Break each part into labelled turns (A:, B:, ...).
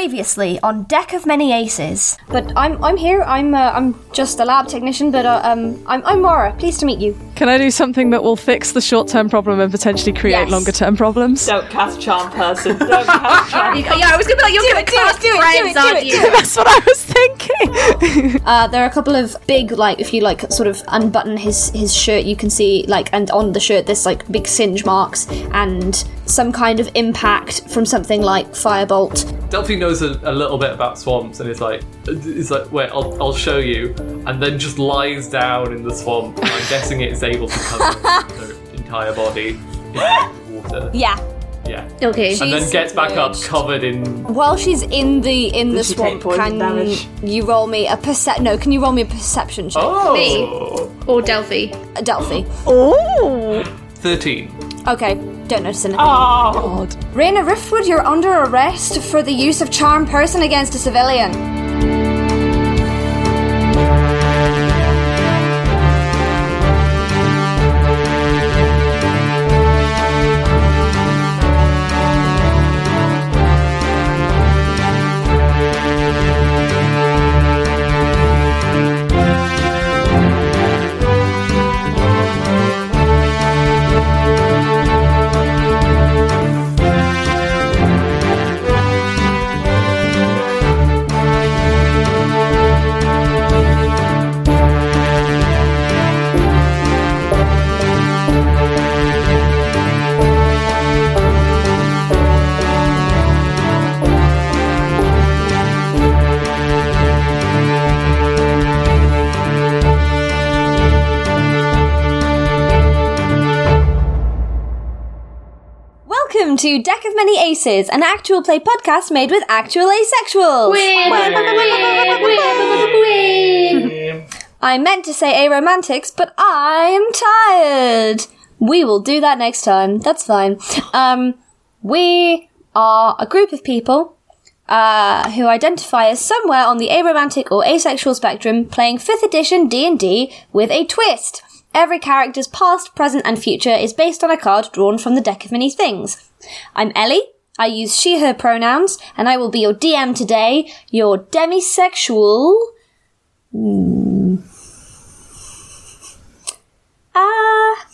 A: Previously on deck of many aces. But I'm I'm here. I'm uh, I'm just a lab technician. But uh, um, I'm I'm Mara. Pleased to meet you.
B: Can I do something that will fix the short term problem and potentially create
A: Yes.
B: longer term problems?
C: Don't cast charm person. Don't cast charm.
D: yeah, I was gonna be like, you're gonna
A: it, do it,
D: cast
A: do it, do
D: friends,
A: it, do
D: aren't
A: it,
D: you?
B: That's what I was thinking.
A: Uh, there are a couple of big, like, if you like, sort of unbutton his his shirt, you can see like, and on the shirt there's like big singe marks and some kind of impact from something like firebolt.
E: Delphine knows a, a little bit about swamps and is like, is like, wait, I'll, I'll show you, and then just lies down in the swamp. And I'm guessing it's able to cover her entire body in water.
A: Yeah.
E: Yeah.
D: Okay.
E: and then
A: she's
E: gets back up
A: submerged.
E: covered in.
A: While she's in the in the
C: she
A: swamp,
C: take poison
A: can
C: damage?
A: you roll me a percep? No, can you roll me a perception check,
E: Oh,
D: Or Delphi.
A: Uh, Delphi?
B: oh,
E: thirteen.
A: Okay, don't notice anything.
C: Oh,
B: God.
A: Raina Riftwood, you're under arrest for the use of charm person against a civilian. Welcome to Deck of Many Aces, an actual play podcast made with actual asexuals. I meant to say aromantics, but I'm tired. We will do that next time. That's fine. Um, we are a group of people uh, who identify as somewhere on the aromantic or asexual spectrum, playing fifth edition D and D with a twist. Every character's past, present, and future is based on a card drawn from the deck of many things. I'm Ellie. I use she/her pronouns, and I will be your DM today. Your demisexual. Hmm. Ah,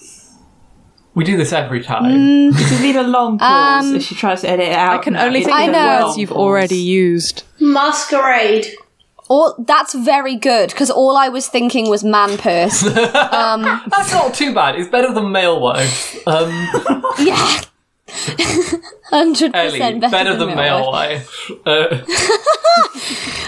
E: We do this every time.
C: you need a long pause if she tries to edit it out.
B: I can only think
A: I
B: of
A: know.
B: words you've already used.
D: Masquerade.
A: all that's very good because all I was thinking was man purse.
E: That's not too bad. It's better than male wife. Um,
A: yeah, hundred
E: Ellie,
A: percent
E: better, than, male
A: wife.
E: wife. Uh,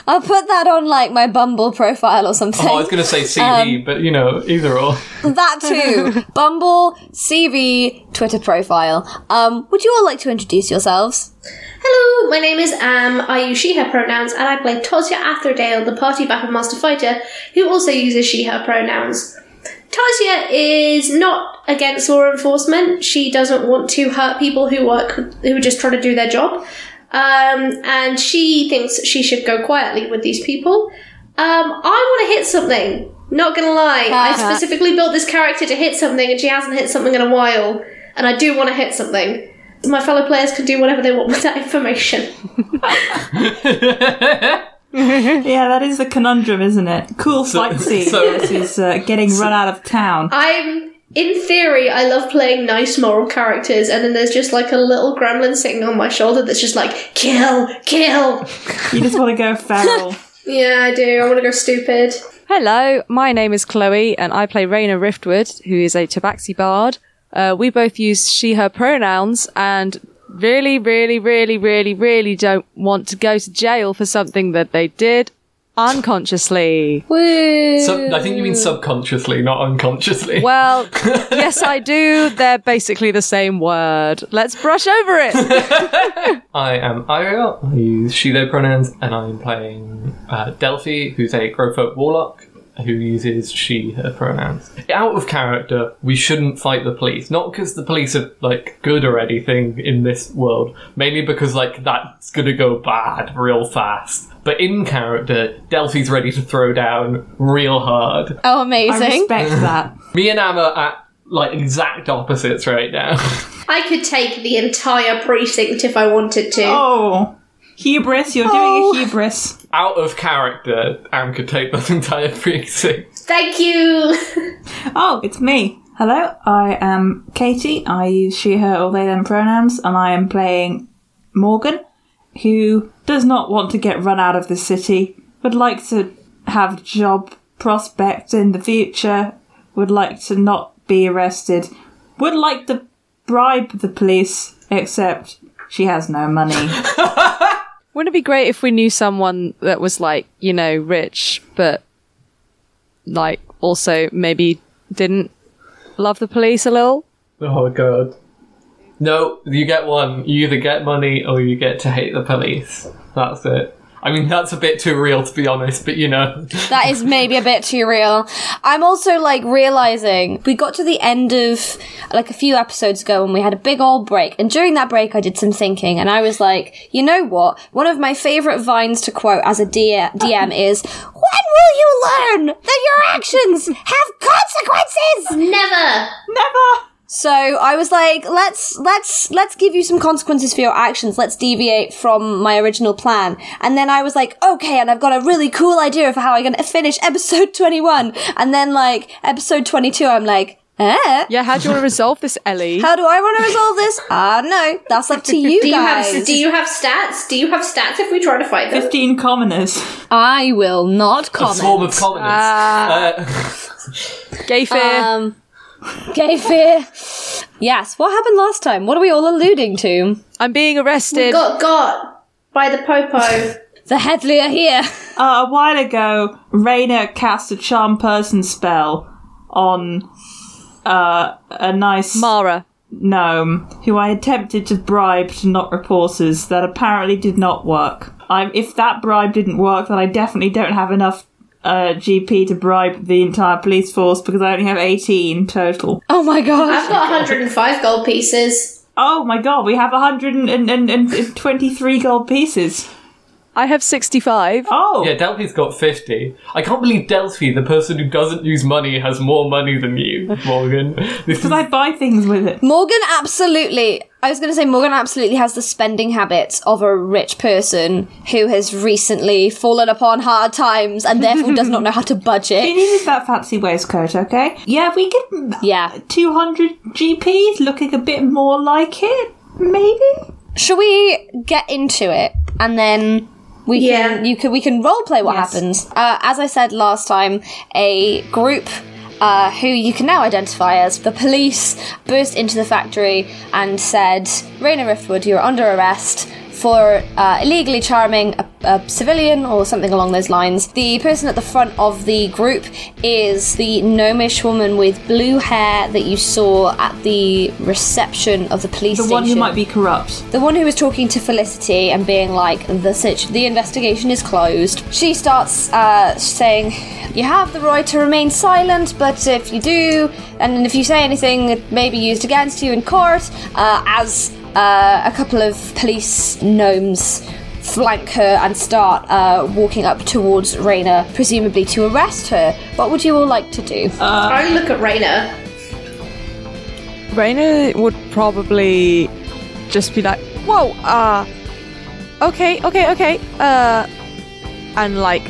A: I'll put that on like my Bumble profile or something.
E: oh, I was going to say CV, but you know, either or.
A: that too. Bumble CV Twitter profile. Um, would you all like to introduce yourselves?
D: Hello, my name is Am. I use she, her pronouns, and I play Tosia Atherdale, the party battle master fighter, who also uses she, her pronouns. Tasia is not against law enforcement. She doesn't want to hurt people who work who are just trying to do their job, um, and she thinks she should go quietly with these people. Um, I want to hit something. Not gonna lie, I specifically built this character to hit something, and she hasn't hit something in a while. And I do want to hit something. My fellow players can do whatever they want with that information.
C: Yeah, that is the conundrum, isn't it? Cool fight scene
E: so-
C: versus uh, getting run out of town.
D: I'm in theory, I love playing nice moral characters, and then there's just like a little gremlin sitting on my shoulder that's just like kill, kill.
C: You just want to go feral.
D: Yeah, I do. I want to go stupid.
B: Hello, my name is Chloe, and I play Raina Riftwood, who is a Tabaxi bard. Uh, we both use she, her pronouns, and really, really, really, really, really don't want to go to jail for something that they did unconsciously.
A: Woo!
E: Sub- I think you mean subconsciously, not unconsciously.
B: Well, yes, I do. They're basically the same word. Let's brush over it.
E: I am Ariel. I use she, they pronouns, and I'm playing uh, Delphi, who's a Growfolk warlock who uses she, her pronouns. Out of character, we shouldn't fight the police. Not because the police are, like, good or anything in this world, mainly because, like, that's gonna go bad real fast. But in character, Delphi's ready to throw down real hard.
A: Oh,
C: I
A: amazing!
C: respect that.
E: Me and Amma are at, like, exact opposites right now.
D: I could take the entire precinct if I wanted to.
C: Oh, Hubris, you're doing a hubris.
E: Out of character, Am could take that entire precinct.
D: Thank you.
C: Oh, it's me. Hello, I am Katie. I use she, her, or they, them pronouns, and I am playing Morgan, who does not want to get run out of the city, would like to have job prospects in the future, would like to not be arrested, would like to bribe the police, except she has no money.
B: Wouldn't it be great if we knew someone that was like, you know, rich, but like also maybe didn't love the police a little?
E: Oh god. No, you get one. You either get money or you get to hate the police. That's it. I mean, that's a bit too real to be honest, but you know.
A: That is maybe a bit too real. I'm also like realizing we got to the end of like a few episodes ago and we had a big old break. And during that break, I did some thinking and I was like, you know what? One of my favorite vines to quote as a DM, DM is, When will you learn that your actions have consequences?
D: Never.
C: Never!
A: So I was like, let's let's let's give you some consequences for your actions. Let's deviate from my original plan. And then I was like, okay, and I've got a really cool idea of how I'm gonna finish episode twenty one. And then like episode twenty two, I'm like, eh?
B: Yeah, how do you want to resolve this, Ellie?
A: How do I want to resolve this? I don't know. That's up to you
D: Do you
A: guys.
D: have do you have stats? Do you have stats if we try to fight them?
C: 15 commoners.
A: I will not
E: A swarm
A: comment.
E: of commoners.
A: Ah.
E: Uh,
B: Gay fear.
A: Um, gay fear. Yes. What happened last time? What are we all alluding to?
B: I'm being arrested.
D: Got got by the popo.
A: The Headley are here.
C: Uh, a while ago, Raina cast a charm person spell on uh, a nice
B: Mara.
C: gnome who I attempted to bribe to not report us. That apparently did not work. I, if that bribe didn't work, then I definitely don't have enough uh, GP to bribe the entire police force because I only have 18 total.
A: Oh my gosh.
D: I've got 105 gold pieces.
C: Oh my god, we have 123 gold pieces.
B: I have 65.
C: Oh!
E: yeah, Delphi's got 50. I can't believe Delphi, the person who doesn't use money, has more money than you, Morgan. This is
C: Because I buy things with it.
A: Morgan absolutely. I was going to say Morgan absolutely has the spending habits of a rich person who has recently fallen upon hard times and therefore does not know how to
C: She
A: budget.
C: needed that fancy waistcoat, okay? Yeah, we could
A: Yeah.
C: 200 GPs looking a bit more like it, maybe?
A: Shall we get into it and then we
D: Yeah.
A: can you can we can role play what happens? Uh, as I said last time, a group. Uh, who you can now identify as the police burst into the factory and said, Raina Riftwood, you're under arrest for uh, illegally charming a, a civilian or something along those lines. The person at the front of the group is the gnomish woman with blue hair that you saw at the reception of the police
C: The
A: station.
C: one who might be corrupt.
A: The one who was talking to Felicity and being like, the, situ- the investigation is closed. She starts uh, saying, You have the right to remain silent, but if you do, and if you say anything, it may be used against you in court, uh, as uh, a couple of police gnomes flank her and start uh, walking up towards Raina, presumably to arrest her. What would you all like to do?
D: I look at Raina.
B: Raina would probably just be like, "Whoa, uh, okay, okay, okay," uh, and like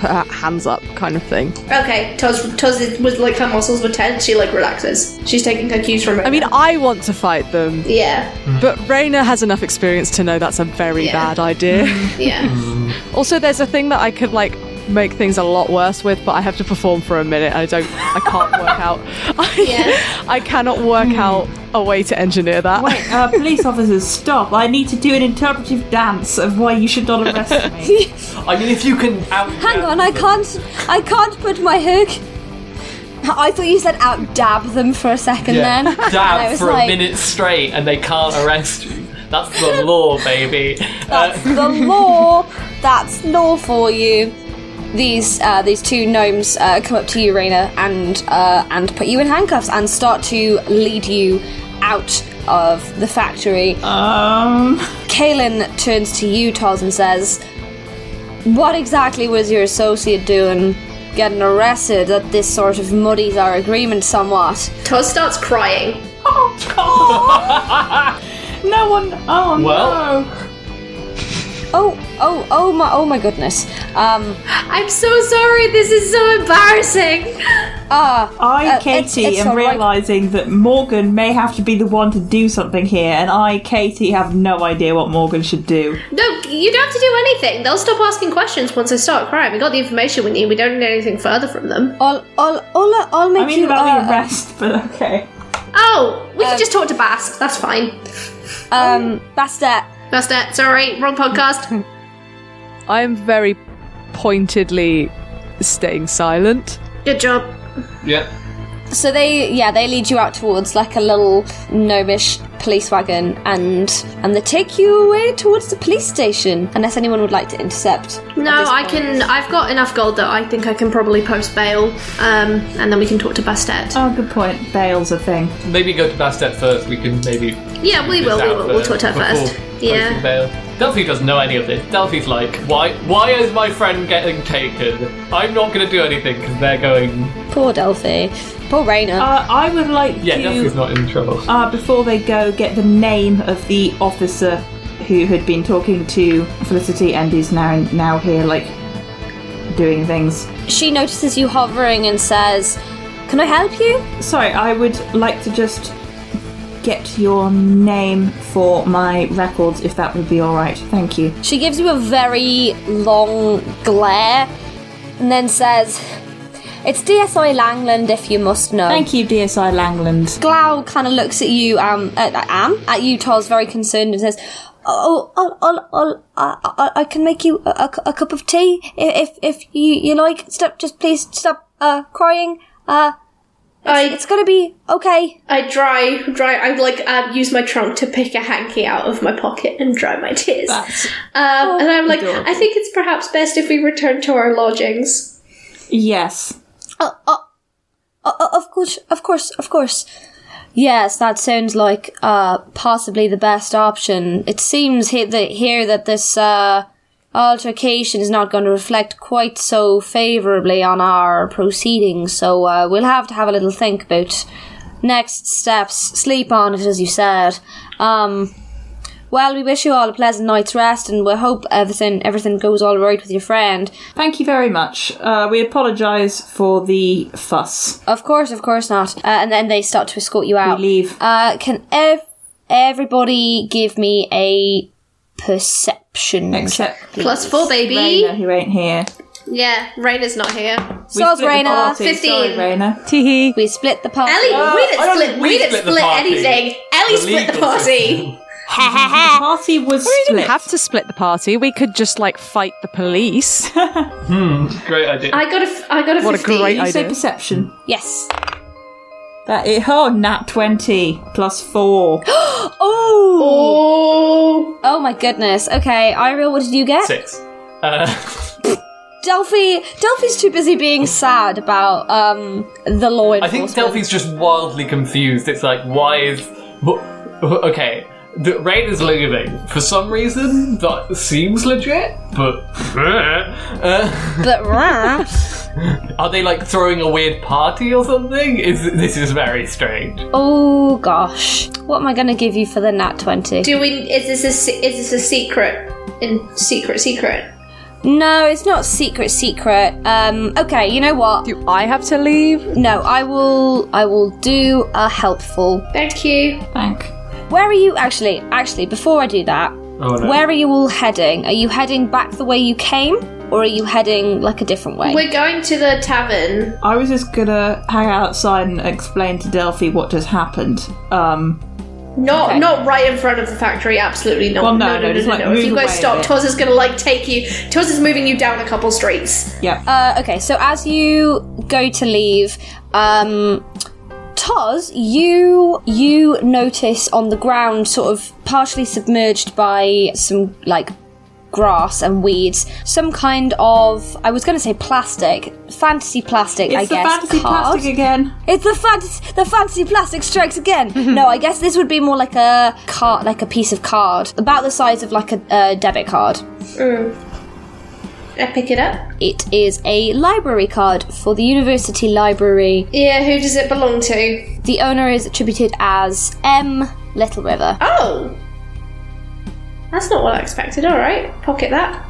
B: put her hands up, kind of thing.
D: Okay, Toz, Toz is, was like her muscles were tense. She like relaxes. She's taking her cues from. Raina.
B: I mean, I want to fight them,
D: yeah,
B: but Raina has enough experience to know that's a very
D: Yeah.
B: bad idea.
D: yeah.
B: also, there's a thing that I could like make things a lot worse with, but I have to perform for a minute. I don't, I can't work out. I,
D: Yeah.
B: I cannot work out a way to engineer that.
C: Wait, uh, police officers, stop. I need to do an interpretive dance of why you should not arrest me.
E: I mean, if you can out.
A: Hang on, I can't. I can't put my hook. I thought you said out dab them for a second
E: Yeah.
A: then. and I
E: Dab
A: was
E: for
A: like,
E: a minute straight and they can't arrest you. That's the law, baby. Uh,
A: That's
C: Uh,
A: the law. That's law for you. These uh, these two gnomes uh, come up to you, Raina, and uh, and put you in handcuffs and start to lead you out of the factory.
C: um,
A: Kaelin turns to you, Toz, and says, What exactly was your associate doing getting arrested that this sort of muddies our agreement somewhat?
D: Toz starts crying.
C: oh, God! no one. Oh,
E: Well.
C: no.
A: Oh, oh, oh my, oh my goodness. Um,
D: I'm so sorry. This is so embarrassing.
A: ah.
C: I,
A: uh, it's-
C: Katie,
A: it's
C: am
A: all right.
C: realizing that Morgan may have to be the one to do something here, and I, Katie, have no idea what Morgan should do.
D: No, you don't have to do anything. They'll stop asking questions once they start crying. We got the information we need. We don't need anything further from them.
A: I'll, I'll, I'll, I'll make
C: I mean
A: you.
C: about
A: uh,
C: the arrest, but okay.
D: Oh, we can just talk to Bast. That's fine.
A: um, Bastet.
D: Bastet, sorry, wrong podcast.
B: I'm very pointedly staying silent.
D: Good job.
E: Yeah.
A: So they, yeah, they lead you out towards like a little gnomish police wagon, and and they take you away towards the police station, unless anyone would like to intercept. at
D: No,
A: this
D: I
A: point.
D: can. I've got enough gold that I think I can probably post bail, um, and then we can talk to Bastet.
C: Oh, good point. Bail's a thing.
E: Maybe go to Bastet first. We can maybe.
D: yeah, we
E: this
D: will. We
E: out
D: will. We'll talk
E: first
D: to her
E: before
D: first.
E: posting
D: Yeah.
E: bail. Delphi doesn't know any of this. Delphi's like, why? Why is my friend getting taken? I'm not going to do anything because they're going.
A: Poor Delphi. Poor Raina.
C: Uh, I would like
E: Yeah,
C: to,
E: Delphi's not in trouble.
D: Oh.
C: uh, before they go, get the name of the officer who had been talking to Felicity and is now now here, like doing things.
A: she notices you hovering and says, "Can I help you?"
C: Sorry, I would like to just get your name for my records, if that would be all right. Thank you.
A: She gives you a very long glare, and then says, "It's DSI Langland, if you must know."
C: Thank you, DSI Langland.
A: Glau kind of looks at you, um, at, at Am, at you, Tars, very concerned, and says, "Oh, I'll, I'll, I'll, I, I, I can make you a, a cu- a cup of tea i- if if you you like. Stop, just please stop uh crying. Uh,
D: I
A: it's gonna be okay."
D: I dry dry. I like um, use my trunk to pick a hanky out of my pocket and dry my tears. um, and I'm like, I think it's perhaps best if we return to our lodgings.
C: Yes.
A: Uh, uh, uh, uh, of course, of course, of course. Yes, that sounds like uh possibly the best option. It seems he- that here that this uh altercation is not going to reflect quite so favorably on our proceedings. So uh, we'll have to have a little think about next steps. Sleep on it, as you said. Um, well, we wish you all a pleasant night's rest, and we hope everything everything goes all right with your friend.
C: Thank you very much. Uh, we apologise for the fuss.
A: Of course, of course not. Uh, and then they start to escort you out.
C: We leave.
A: Uh, can ev- everybody give me a perception?
C: Except
D: Plus four, baby.
C: Raina, who ain't here.
D: Yeah, Raina's not here.
C: We
A: Soz
C: split the
A: Raina.
C: party. Sorry,
D: 15.
C: Raina.
B: Teehee.
A: We split the party.
D: Ellie, we
E: Oh, I
D: didn't
E: don't
D: split.
E: think
D: We, didn't split,
E: party.
D: anything. Ellie split the
E: legal
D: party.
E: system.
C: The party was
B: We
C: split.
B: didn't have to split the party. We could just like fight the police.
E: Great idea.
D: I got a. f- I got a
B: What a
D: 15.
B: great
C: you say
B: idea.
C: perception.
A: Yes.
C: That it, oh, nat 20 plus 4.
A: Oh.
D: Oh,
A: Oh my goodness. Okay, Iriel, what did you get?
E: Six. Uh,
A: Delphi. Delphi's too busy being sad about um the law
E: I
A: enforcement.
E: think Delphi's just wildly confused. It's like, why is. wh- Okay, the raid is leaving. For some reason, that seems legit, but. Uh,
A: But rah.
E: are they like throwing a weird party or something? Is This is very strange.
A: oh gosh, what am I gonna give you for the nat twenty?
D: do we? Is this a? se- Is this a secret? In secret, secret.
A: No, it's not secret. Secret. Um. Okay, you know what?
B: Do I have to leave?
A: No, I will. I will do a helpful.
D: Thank you.
C: Thank.
A: Where are you actually? Actually, before I do that,
E: Oh no.
A: where are you all heading? Are you heading back the way you came, or are you heading like a different way?
D: We're going to the tavern.
C: I was just gonna hang out outside and explain to Delphi what just happened. Um,
D: Not
A: Okay.
D: not right in front of the factory, absolutely not.
C: Well, no, no, just, like,
D: If you
C: move
D: guys
C: away a
D: stop,
C: bit.
D: Toz is gonna like take you. Toz is moving you down a couple streets.
C: yeah.
A: Uh, okay, so as you go to leave, um, Toz, you you notice on the ground, sort of partially submerged by some like grass and weeds, some kind of I was going to say plastic, fantasy plastic,
C: it's
A: I
C: the
A: guess.
C: fantasy
A: card.
C: plastic again.
A: It's the fantasy, the fantasy plastic strikes again. no, I guess this would be more like a card, like a piece of card, about the size of like a uh, debit card.
D: I pick it up.
A: It is a library card for the university library.
D: Yeah, who does it belong to?
A: The owner is attributed as M. Little River.
D: Oh, That's not what I expected. All right, pocket that.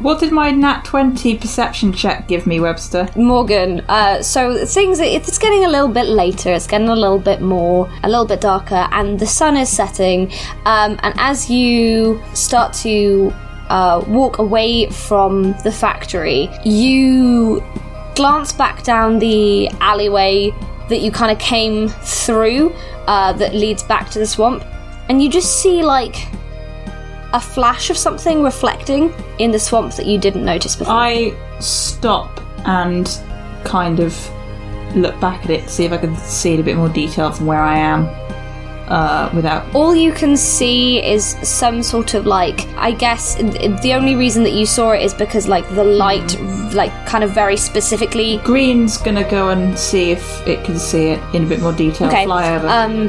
C: What did my nat 20 perception check give me, Webster?
A: Morgan. Uh, so things it- it's getting a little bit later. It's getting a little bit more, a little bit darker, and the sun is setting. Um, and as you start to uh, walk away from the factory, you glance back down the alleyway that you kind of came through uh, that leads back to the swamp, and you just see like. A flash of something reflecting in the swamp that you didn't notice before.
C: I stop and kind of look back at it, see if I can see it a bit more detail from where I am uh, without
A: all you can see is some sort of like i guess th- the only reason that you saw it is because like the light like kind of very specifically
C: Green's gonna go and see if it can see it in a bit more detail.
A: Okay,
C: Fly over.
A: um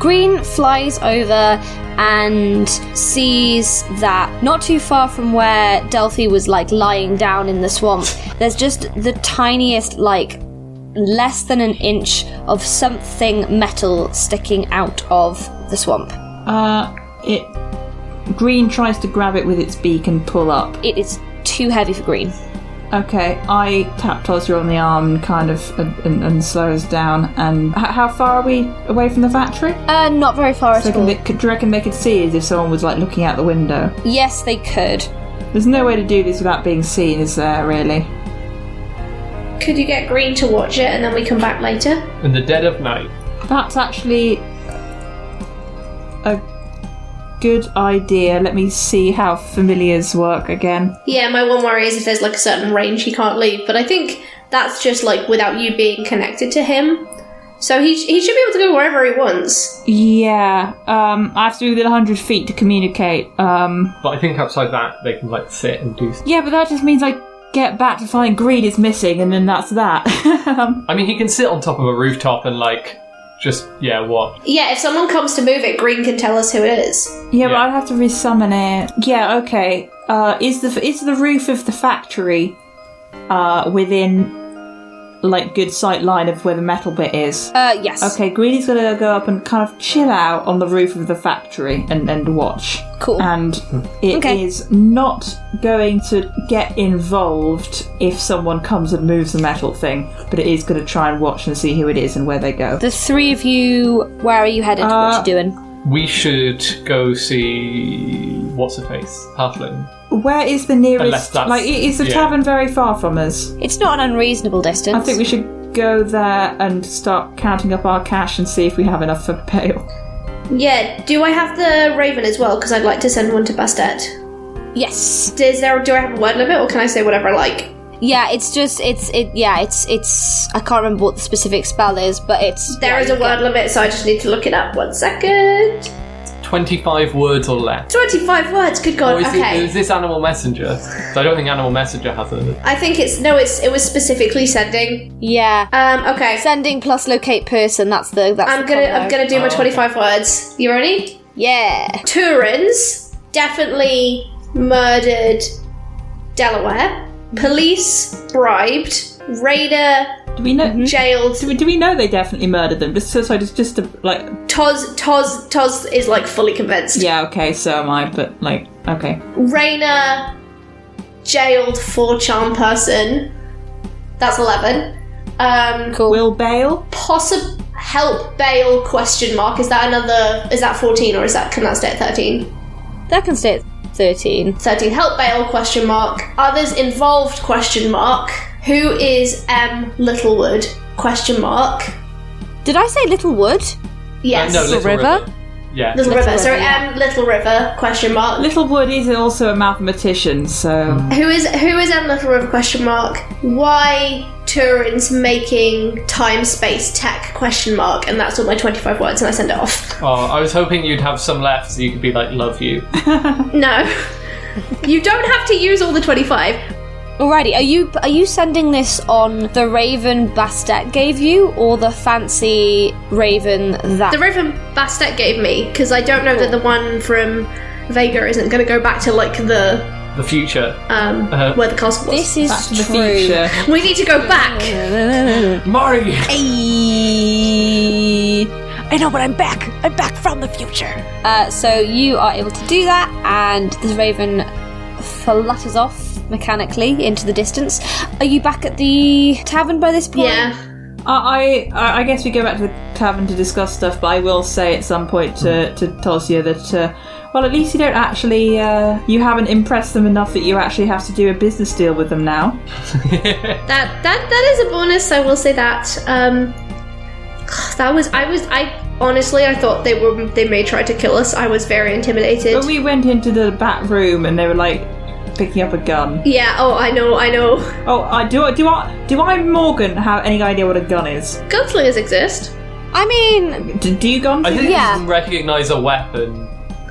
A: green flies over and sees that not too far from where delphi was like lying down in the swamp there's just the tiniest like less than an inch of something metal sticking out of the swamp
C: uh, it. Green tries to grab it with its beak and pull up.
A: it is too heavy for green
C: Okay, I tap Tozia on the arm and kind of and, and, and slow us down. And h- how far are we away from the factory?
A: uh not very far
C: So
A: at
C: can
A: all
C: they, could, do you reckon they could see us if someone was like looking out the window?
A: Yes, they could.
C: There's no way to do this without being seen, is there? Really?
D: Could you get Green to watch it and then we come back later?
E: In the dead of night.
C: That's actually a good idea. Let me see how familiars work again.
D: Yeah, my one worry is if there's like a certain range he can't leave, but I think that's just like without you being connected to him. So he, he should be able to go wherever he wants.
C: Yeah, um, I have to be within 100 feet to communicate. Um,
E: But I think outside that, they can like sit and do. St-
C: yeah, but that just means I get back to find Greed is missing, and then that's that. um,
E: I mean, he can sit on top of a rooftop and like just yeah, what?
D: Yeah, if someone comes to move it, Green can tell us who it is.
C: yeah, but
E: Yeah.
C: I'd have to resummon it. Yeah, okay. Uh, is the is the roof of the factory uh, within like good sight line of where the metal bit is?
A: Uh, yes.
C: Okay, Greedy's gonna go up and kind of chill out on the roof of the factory and, and watch.
A: Cool.
C: And it is
A: Okay.
C: not going to get involved if someone comes and moves the metal thing, but it is gonna try and watch and see who it is and where they go.
A: The three of you, where are you headed?
C: Uh,
A: what you doing?
E: We should go see what's her face, halfling.
C: Where is the nearest?
E: Unless that's-
C: Like, i- is the
E: yeah.
C: tavern very far from us?
A: It's not an unreasonable distance.
C: I think we should go there and start counting up our cash and see if we have enough for bail.
D: Yeah, do I have the Raven as well? Because I'd like to send one to Bastet.
A: yes.
D: Is there, do I have a word limit or can I say whatever I like?
A: Yeah, it's just it's it. Yeah, it's it's. I can't remember what the specific spell is, but it's
D: There is a word limit, so I just need to look it up. One second.
E: Twenty-five words or less.
D: 25 words, good god.
E: Or Oh, is,
D: Oh, okay.
E: it, is this Animal Messenger? 'Cause I don't think Animal Messenger has a. uh,
D: I think it's no, it's it was specifically sending.
A: Yeah.
D: Um, okay.
A: Sending plus locate person. That's the. That's
D: I'm
A: the
D: gonna
A: combo.
D: I'm gonna
E: Oh.
D: do my 25 words. You ready?
A: Yeah.
D: Turins definitely murdered Delaware. Police bribed. Raider
C: Do we know?
E: Hmm?
A: Mm-hmm.
D: jailed.
C: Do we, do we know they definitely murdered them? Just so, so just just to, like
D: Toz Toz Toz is like fully convinced.
C: Yeah, okay, so am I, but like, okay.
D: Rainer jailed for charm person. That's eleven. Um,
A: Cool.
C: Will bail?
D: possible help bail question mark is that another is that 14 or is that can that stay at 13
A: that can stay at thirteen.
D: 13 help bail question mark others involved question mark who is m littlewood question mark
A: Did I say Little Wood?
D: yes
E: no, Little
B: River?
E: Yeah.
D: little,
A: Little
D: river sorry
A: River, yeah.
D: m little river question mark
C: Littlewood is also a mathematician, so
D: who is who is m little river question mark why Turin's making time space tech question mark and that's all my 25 words and I send it off
E: Oh, I was hoping you'd have some left so you could be like, love you.
D: no you don't have to use all the 25
A: Alrighty, are you are you sending this on the raven Bastet gave you, or the fancy raven that
D: The Raven Bastet gave me, because I don't know that the one from Vega isn't going to go back to like the
E: The future.
D: um
E: Uh-huh.
D: where the castle was.
A: This is
C: back to the
A: true.
C: future.
D: we need to go back.
E: Mari!
A: Ayy.
B: I know, but I'm back. I'm back from the future.
A: Uh, so you are able to do that, and the raven flutters off mechanically into the distance. Are you back at the tavern by this point?
D: Yeah.
C: I, I I guess we go back to the tavern to discuss stuff, but I will say at some point to, to Tosia that, uh, well, at least you don't actually, uh, you haven't impressed them enough that you actually have to do a business deal with them now.
D: That that that is a bonus. I will say that. Um, that was I was I honestly I thought they were they may try to kill us. I was very intimidated.
C: But we went into the back room and they were like picking up a gun.
D: yeah. Oh, I know. I know.
C: Oh, I do. I Do I? Do I, Morgan, have any idea what a gun is?
D: Gunslingers exist.
A: I mean,
C: Do, do you guns?
E: I think
A: Yeah.
E: you can recognise a weapon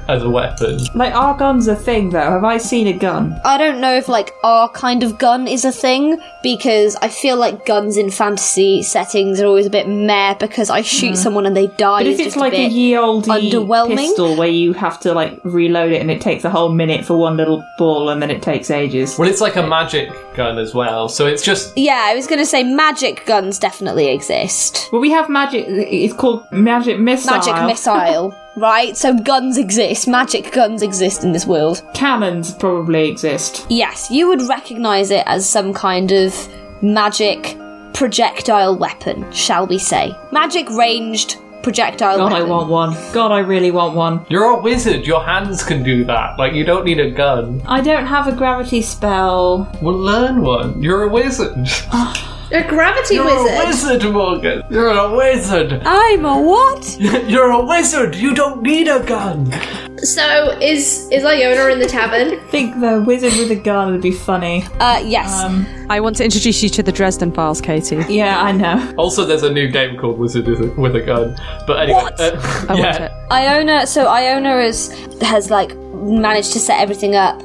E: as a weapon.
C: Like, are guns a thing though? Have I seen a gun?
A: I don't know if like our kind of gun is a thing because I feel like guns in fantasy settings are always a bit meh because I shoot someone and they die.
C: But
A: is
C: if it's
A: just
C: like
A: a,
C: a,
A: bit
C: ye olde
A: underwhelming.
C: pistol where you have to like reload it and it takes a whole minute for one little ball and then it takes ages.
E: Well, it's like a magic gun as well, so it's just
A: Yeah, I was gonna say magic guns definitely exist.
C: Well, we have magic. It's called magic missile.
A: Magic missile, right? So guns exist. Magic guns exist in this world.
C: Cannons probably exist.
A: Yes, you would recognize it as some kind of magic projectile weapon, shall we say? Magic ranged projectile
C: God, Oh, I
A: weapon.
C: want one. God, I really want one.
E: you're a wizard. Your hands can do that. Like you don't need a gun.
C: I don't have a gravity spell.
E: Well, learn one. You're a wizard.
D: A gravity
E: You're
D: wizard.
E: a wizard, Morgan. You're a wizard.
B: Ah.
A: I'm a what?
E: You're a wizard. You don't need a gun.
D: So is is Iona in the tavern?
C: I think the wizard with a gun would be funny.
A: Uh, yes.
B: I want to introduce you to the Dresden Files, Katie.
C: Yeah, I know.
E: Also, there's a new game called Wizard with a, with a Gun. But anyway,
B: What?
E: uh,
B: I
E: yeah.
B: want it.
A: Iona, so Iona is has like managed to set everything up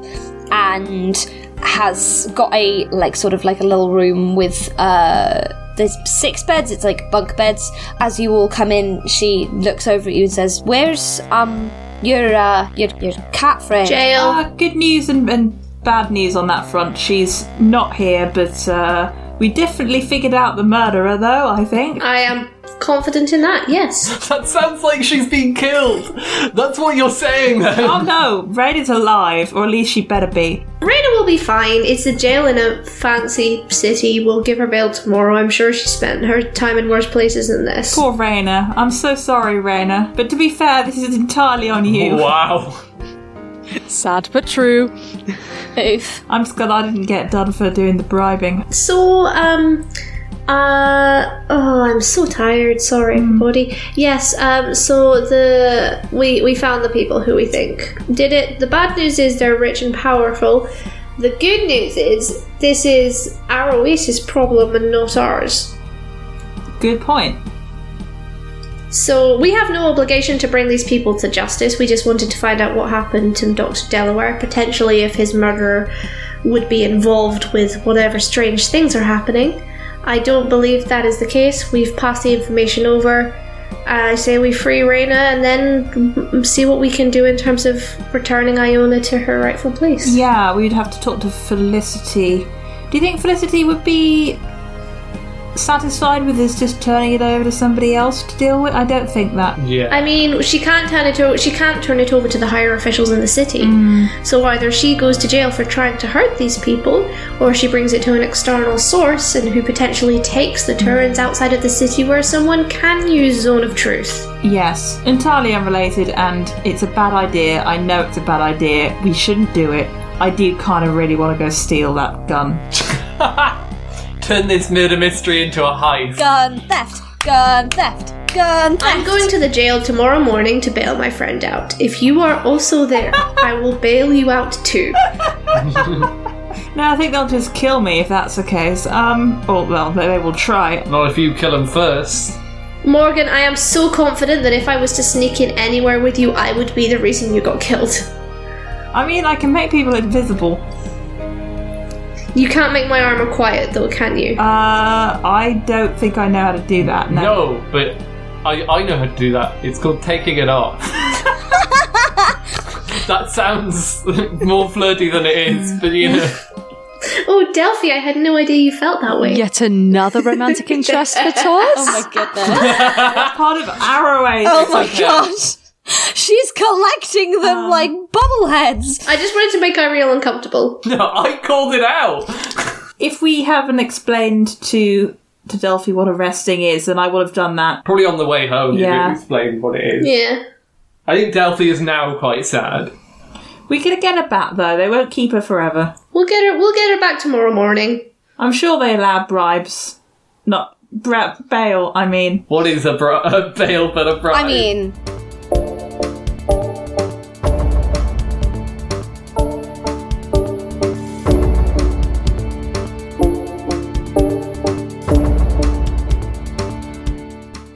A: and has got a like sort of like a little room with uh there's six beds, it's like bunk beds. As you all come in, she looks over at you and says, "Where's um your uh your your cat friend?"
D: Jail.
C: Uh, good news and, and bad news on that front. She's not here, but uh, we definitely figured out the murderer, though. I think.
D: I am confident in that. Yes.
E: That sounds like she's been killed. That's what you're saying, though.
C: Oh no, Red is alive, or at least she better be.
D: Raina will be fine. It's a jail in a fancy city. We'll give her bail tomorrow. I'm sure she spent her time in worse places than this.
C: Poor Raina. I'm so sorry, Raina. But to be fair, this is entirely on you.
E: Oh, Wow.
B: Sad but true.
A: Oof.
C: I'm just glad I didn't get done for doing the bribing.
D: So, um, uh, oh, I'm so tired. Sorry, everybody. Yes. Um. So the we we found the people who we think did it. The bad news is they're rich and powerful. The good news is this is our oasis problem and not ours.
C: Good point.
D: So we have no obligation to bring these people to justice. We just wanted to find out what happened to Dr. Delaware, potentially if his murderer would be involved with whatever strange things are happening. I don't believe that is the case. We've passed the information over. I say we free Raina and then m- see what we can do in terms of returning Iona to her rightful place.
C: Yeah, we'd have to talk to Felicity. Do you think Felicity would be satisfied with us just turning it over to somebody else to deal with? I don't think that.
E: Yeah.
D: I mean, she can't turn it over. She can't turn it over to the higher officials in the city. So either she goes to jail for trying to hurt these people, or she brings it to an external source and who potentially takes the turns outside of the city where someone can use zone of truth.
C: Yes, entirely unrelated, and it's a bad idea. I know it's a bad idea. We shouldn't do it. I do kind of really want to go steal that gun.
E: Turn this murder mystery into a heist.
A: Gun theft. Gun theft. Gun theft.
D: I'm going to the jail tomorrow morning to bail my friend out. If you are also there, I will bail you out too.
C: No, I think they'll just kill me if that's the case. Um, or well, they will try.
E: Not if you kill him first.
D: Morgan, I am so confident that if I was to sneak in anywhere with you, I would be the reason you got killed.
C: I mean, I can make people invisible.
D: You can't make my armor quiet though, can you?
C: Uh, I don't think I know how to do that. No.
E: No, but I, I know how to do that. It's called taking it off. that sounds more flirty than it is, but you know.
D: Oh, Delphi, I had no idea you felt that way.
B: Yet another romantic interest for Tos.
A: Oh my goodness.
C: Part of Arroway.
A: oh my gosh. She's collecting them
D: Um,
A: like bobbleheads.
D: I just wanted to make Ariel uncomfortable.
E: No, I called it out.
C: If we haven't explained to to Delphi what arresting is, then I would have done that.
E: Probably on the way home, you
C: Yeah.
E: could explain what it is.
D: Yeah.
E: I think Delphi is now quite sad.
C: We can get her back though. They won't keep her forever.
D: We'll get her we'll get her back tomorrow morning.
C: I'm sure they allow bribes, not bra- bail. I mean,
E: What is a, bra- a bail but a bribe?
A: I mean,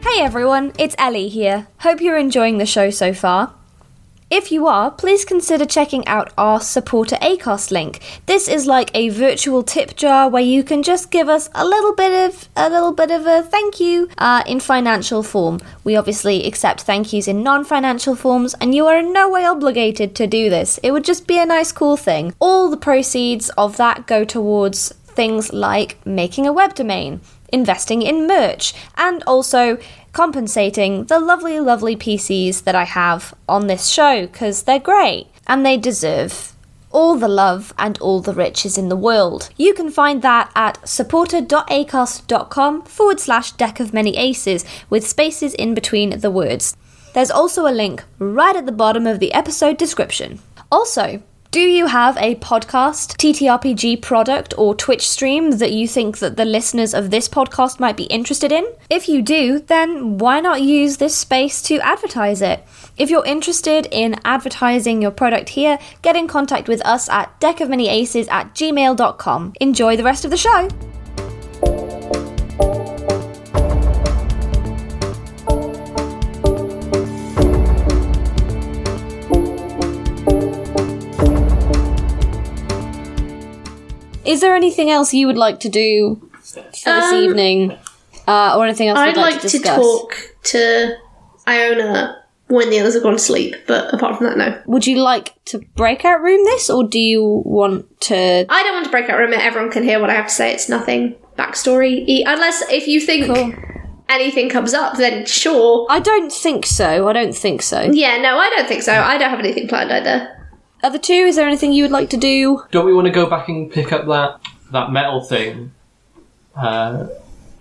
A: Hey everyone, it's Ellie here. Hope you're enjoying the show so far. If you are, please consider checking out our supporter ACOS link. This is like a virtual tip jar where you can just give us a little bit of a little bit of a thank you uh, in financial form. We obviously accept thank yous in non-financial forms, and you are in no way obligated to do this. It would just be a nice, cool thing. All the proceeds of that go towards things like making a web domain, investing in merch, and also compensating the lovely, lovely PCs that I have on this show because they're great and they deserve all the love and all the riches in the world. You can find that at supporter.acast.com forward slash deck of many aces with spaces in between the words. There's also a link right at the bottom of the episode description. Also, do you have a podcast, TTRPG product, or Twitch stream that you think that the listeners of this podcast might be interested in? If you do, then why not use this space to advertise it? If you're interested in advertising your product here, get in contact with us at deckofmanyaces at gmail.com. Enjoy the rest of the show! Is there anything else you would like to do for this
D: Um,
A: evening? Uh, or anything else
D: I'd
A: you'd like,
D: like
A: to
D: to
A: discuss?
D: talk to Iona when the others have gone to sleep, but apart from that, no.
A: Would you like to breakout room this, or do you want to?
D: I don't want to break out room it. Everyone can hear what I have to say. It's nothing backstory. E- Unless if you think
A: Cool.
D: anything comes up, then sure.
A: I don't think so. I don't think so.
D: Yeah, no, I don't think so. I don't have anything planned either.
A: Are the two? Is there anything you would like to do?
E: Don't we want to go back and pick up that that metal thing uh,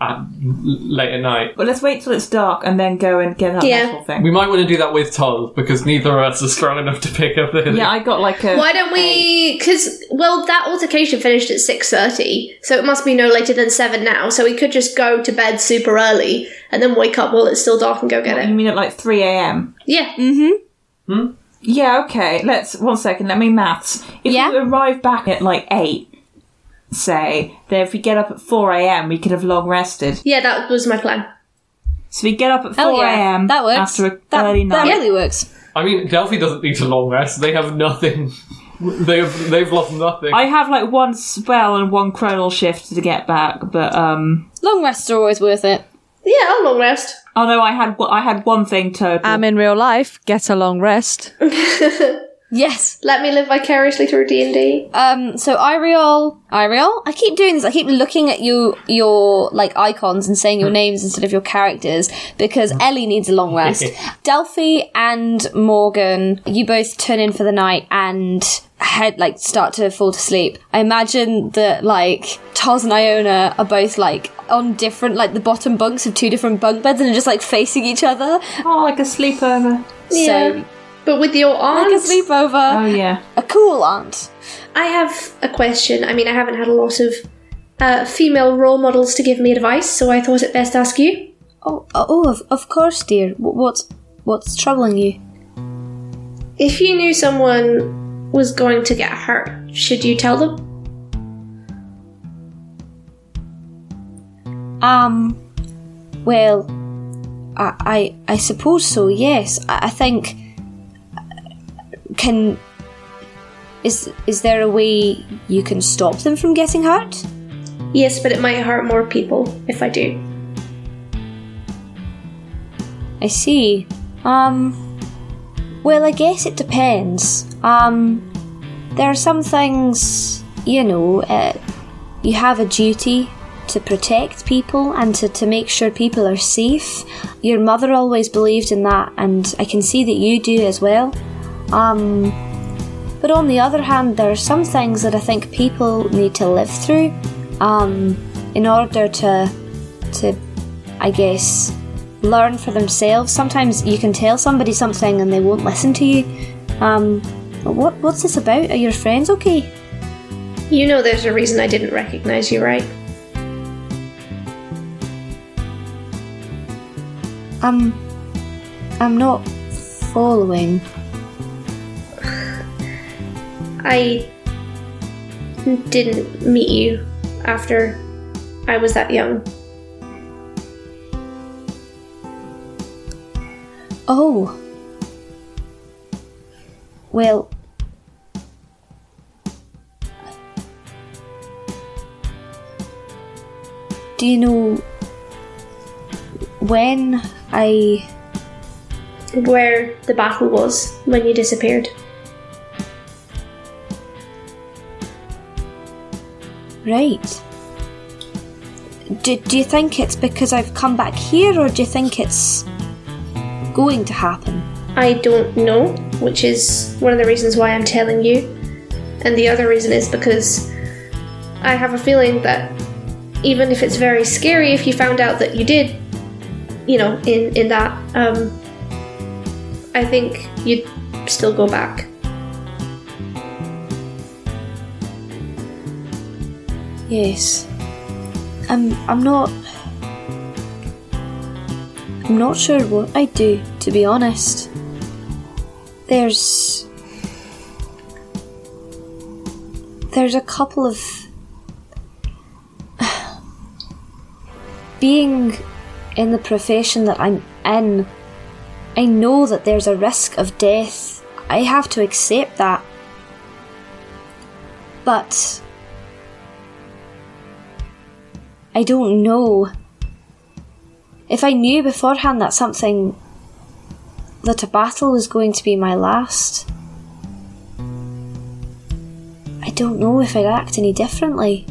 E: at, l- late at night?
C: but let's wait till it's dark and then go and get that
D: Yeah.
C: metal thing.
E: We might want to do that with Todd because neither of us are strong enough to pick up the.
C: yeah, I got like a.
D: Why don't we? Because well, that altercation finished at six thirty, so it must be no later than seven now. So we could just go to bed super early and then wake up while it's still dark and go get
C: You
D: it.
C: mean at like three a.m.
D: Yeah,
C: Yeah, okay. Let's one second. Let me maths. If
A: Yeah.
C: we arrive back at like eight, say, then if we get up at four a.m., we could have long rested.
D: yeah, that was my plan.
C: So we get up at
A: Hell Oh,
C: four
A: yeah.
C: a.m.
A: That works.
C: after a
A: that,
C: early
A: that
C: night.
A: really works.
E: I mean, Delphi doesn't need a long rest. They have nothing. They've they've lost nothing.
C: I have like one spell and one chronal shift to get back, but um.
A: Long rests are always worth it.
D: Yeah, I'll long rest.
C: Oh no, I had I had one thing total.
A: Um,
B: I'm in real life. Get a long rest.
A: Yes.
D: Let me live vicariously through D and D.
A: Um. So Iriel, Iriel, I keep doing this. I keep looking at you, your like icons, and saying your names instead of your characters because Ellie needs a long rest. Delphi and Morgan, you both turn in for the night and head like start to fall to sleep. I imagine that like Tars and Iona are both like on different like the bottom bunks of two different bunk beds and are just like facing each other.
C: oh, like a sleepover.
A: So
D: But with your
A: like
D: arms,
A: a sleepover.
C: Oh yeah.
A: a cool aunt.
D: I have a question. I mean, I haven't had a lot of uh, female role models to give me advice, so I thought it best to ask you.
A: Oh, oh, oh, of, of course, dear. Wh- What's what's troubling you?
D: If you knew someone was going to get hurt, should you tell them?
A: Um, well, I I, I suppose so. Yes, I, I think. uh, Can is is there a way you can stop them from getting hurt?
D: Yes, but it might hurt more people if I do.
A: I see. Um, well, I guess it depends. Um, there are some things you know, uh, you have a duty to protect people and to, to make sure people are safe. Your mother always believed in that, and I can see that you do as well. Um, but on the other hand, there are some things that I think people need to live through um, in order to, to, I guess, learn for themselves. Sometimes you can tell somebody something and they won't listen to you. Um, what, what's this about? Are your friends okay?
D: You know there's a reason I didn't recognize you, right?
A: Um, I'm not following.
D: I didn't meet you after I was that young.
A: Oh. Well. Do you know when I.
D: Where the battle was when you disappeared.
A: Right. Do, do you think it's because I've come back here, or do you think it's going to happen?
D: I don't know, which is one of the reasons why I'm telling you. And the other reason is because I have a feeling that even if it's very scary, if you found out that you did, you know, in, in that, um, I think you'd still go back.
A: Yes. I'm I'm not I'm not sure what I'd do, to be honest. There's there's a couple of being in the profession that I'm in, I know that there's a risk of death. I have to accept that. But I don't know. If I knew beforehand that something. that a battle was going to be my last. I don't know if I'd act any differently.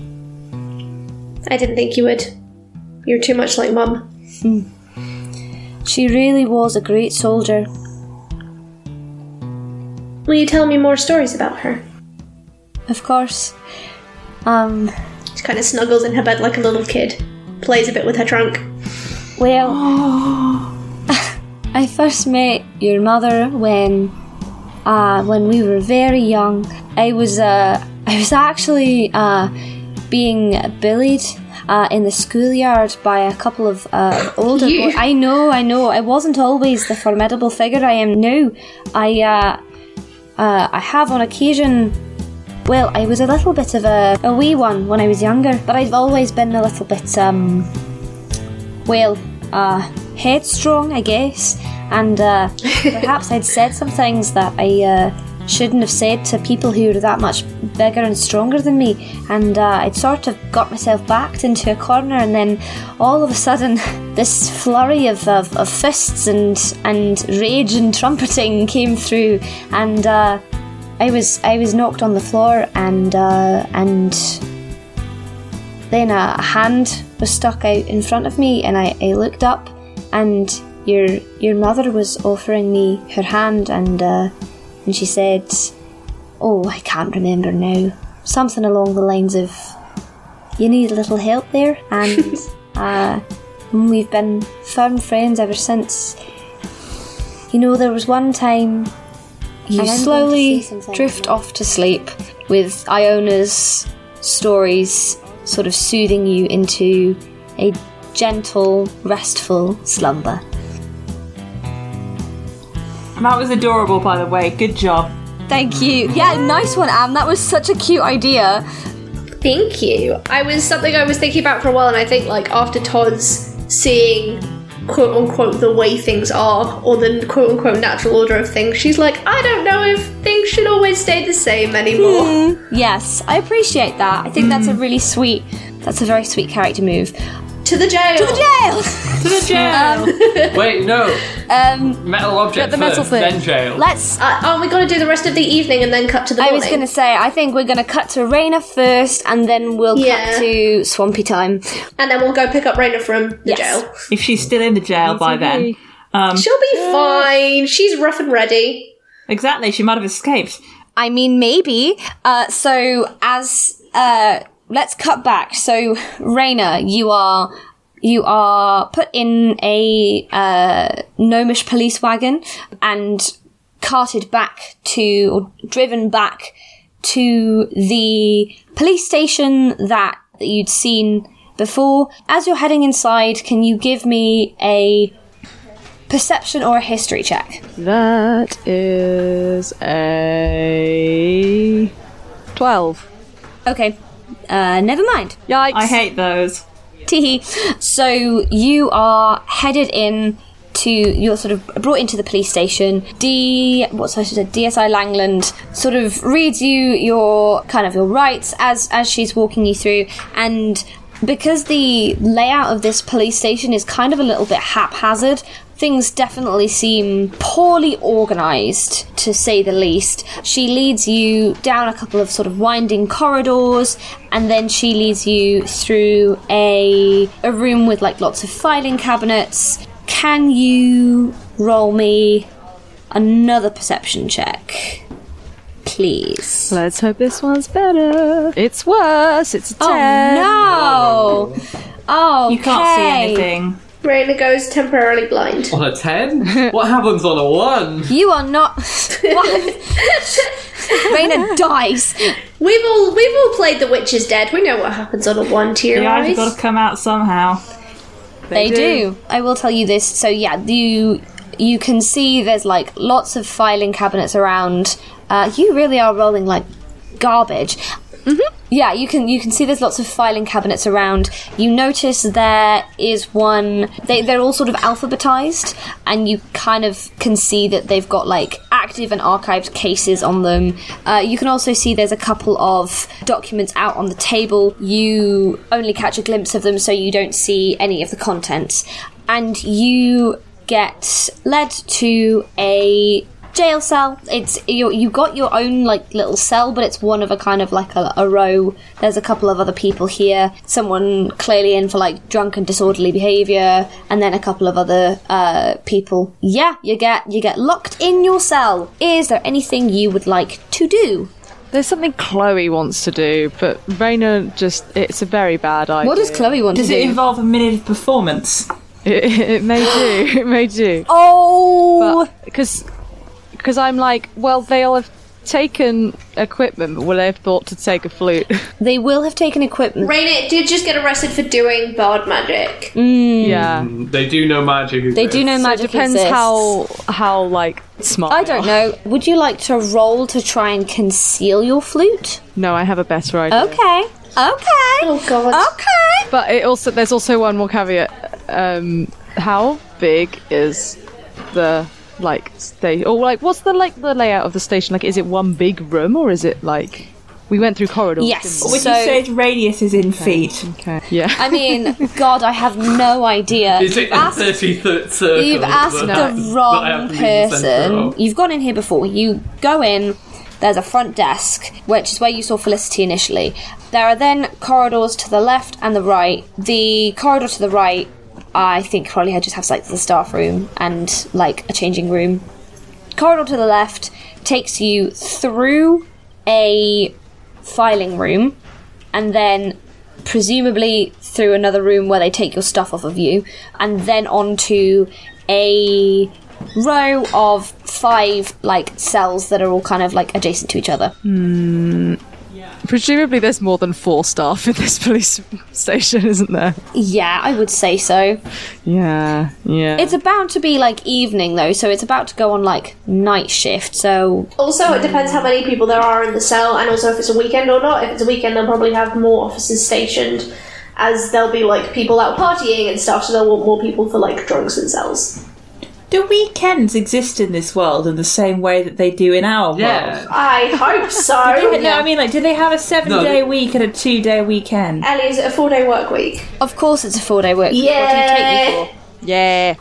D: I didn't think you would. You're too much like Mum.
A: She really was a great soldier.
D: Will you tell me more stories about her?
A: Of course. Um,
D: She kind of snuggles in her bed like a little kid, plays a bit with her trunk.
A: well. I first met your mother when. Uh, when we were very young. I was, uh, I was actually, uh, being bullied. Uh, in the schoolyard by a couple of uh, older
D: You.
A: boys. I know, I know. I wasn't always the formidable figure I am now. I uh, uh, I have on occasion Well, I was a little bit of a, a wee one when I was younger, but I've always been a little bit, um, well, uh, headstrong, I guess. And uh, perhaps I'd said some things that I uh, shouldn't have said to people who were that much bigger and stronger than me. And uh, I'd sort of got myself backed into a corner, and then all of a sudden, this flurry of, of, of fists and, and rage and trumpeting came through, and. Uh, I was I was knocked on the floor and uh, and then a, a hand was stuck out in front of me and I, I looked up and your your mother was offering me her hand and uh, and she said, "Oh, I can't remember now. Something along the lines of, you need a little help there." And uh, we've been firm friends ever since. You know, there was one time
F: You
A: And I'm going to say
F: slowly
A: something.
F: drift off to sleep with Iona's stories sort of soothing you into a gentle, restful slumber.
C: That was adorable, by the way. Good job.
F: Thank you. Yeah, nice one, Anne. That was such a cute idea.
D: Thank you. I was something I was thinking about for a while, and I think like after Todd's seeing quote unquote the way things are or the quote unquote natural order of things, she's like, I don't know if things should always stay the same anymore.
A: Hmm.
F: Yes, I appreciate that. I think that's a really sweet, that's a very sweet character move.
D: To the jail.
A: To the jail!
C: To the jail.
E: Wait, no.
A: Um,
E: Metal object
B: the metal
E: first,
B: thing.
E: then jail.
A: let's.
D: Uh, aren't we going to do the rest of the evening and then cut to the
A: I
D: morning?
A: was gonna say, I think we're gonna cut to Raina first, and then we'll
D: Yeah.
A: cut to Swampy Time.
D: and then we'll go pick up Raina from the
A: Yes. Um,
D: jail.
C: if she's still in the jail by then.
D: She'll be fine. She's rough and ready.
C: Exactly, she might have escaped.
A: I mean, maybe. Uh, so as uh, let's cut back. So Raina, you are you are put in a uh, gnomish police wagon and carted back to or driven back to the police station that that you'd seen before. As you're heading inside, can you give me a perception or a history check?
B: That is a 12.
A: Okay. Uh, never mind.
B: Yikes.
C: I hate those.
A: Teehee. So you are headed in to you're sort of brought into the police station. D what's I should say DSI Langland sort of reads you your kind of your rights as as she's walking you through and because the layout of this police station is kind of a little bit haphazard, things definitely seem poorly organized to say the least. She leads you down a couple of sort of winding corridors and then she leads you through a a room with like lots of filing cabinets. Can you roll me another perception check? Please.
B: Let's hope this one's better. It's worse. It's a 10.
A: Oh no. Oh,
C: You can't see anything.
D: Raina goes temporarily blind.
E: on a 10? what happens on a 1?
A: You are not. What? Raina dies.
D: We've all we've all played The Witch is Dead. We know what happens on a one tier
C: The eyes have
D: rise.
C: got to come out somehow.
A: They, do. I will tell you this. So yeah, you you can see there's like lots of filing cabinets around. Uh, you really are rolling like garbage. Yeah, you can you can see there's lots of filing cabinets around. You notice there is one. They they're all sort of alphabetized, and you kind of can see that they've got like active and archived cases on them. Uh, you can also see there's a couple of documents out on the table. You only catch a glimpse of them, so you don't see any of the contents. And you get led to a jail cell. It's you. You got your own like little cell, but it's one of a kind of like a, a row. There's a couple of other people here. Someone clearly in for like drunk and disorderly behaviour, and then a couple of other uh, people. Yeah, you get you get locked in your cell. Is there anything you would like to do?
B: There's something Chloe wants to do, but Raina just, it's a very bad idea.
A: What does Chloe want
C: Does
A: to
C: it
A: do?
C: involve a minute of performance?
B: It, it may do. It may do.
A: oh,
B: Because I'm like, well, they'll have taken equipment, but will they have thought to take a flute?
A: they will have taken equipment.
D: Raina did just get arrested for doing bard magic.
B: yeah.
E: They do know magic
A: They do know
B: So it
A: magic
B: depends
A: exists.
B: how, how, like, smart.
A: I
B: they
A: don't
B: are.
A: know. Would you like to roll to try and conceal your flute?
B: No, I have a better idea.
A: Okay. Okay.
D: Oh god.
A: Okay.
B: Uh, But it also there's also one more caveat. Um, how big is the like station? Or like, what's the like the layout of the station? Like, is it one big room or is it like we went through corridors?
A: Yes.
B: didn't
C: Would
A: So-
C: you say its radius is in feet?
B: we? Okay. Yeah.
A: I mean, God, I have no idea.
E: Is it
A: You've
E: a
A: asked,
E: 30 foot circle?
A: you've asked the
E: that- that I have
A: wrong
E: to be in the centre
A: person.
E: of?
A: You've gone in here before. You go in. There's a front desk, which is where you saw Felicity initially. There are then corridors to the left and the right. The corridor to the right, I think, probably had- just has like the staff room and like a changing room. Corridor to the left takes you through a filing room and then presumably through another room where they take your stuff off of you, and then onto a row of five like cells that are all kind of like adjacent to each other.
B: Presumably, there's more than four staff in this police station, isn't there?
A: Yeah, I would say so.
B: Yeah. Yeah.
A: It's about to be like evening though, so it's about to go on like night shift. So
D: Also, it depends how many people there are in the cell, and also if it's a weekend or not. If it's a weekend, they'll probably have more officers stationed, as there'll be like people out partying and stuff, so they'll want more people for like drunks and cells.
C: Do weekends exist in this world in the same way that they do in our world?
D: I hope so.
C: No, I mean, like, do they have a seven day week and a two day weekend?
D: Ellie, is it a four day work week?
A: Of course, it's a four day work. week.
D: Yeah.
B: Yeah.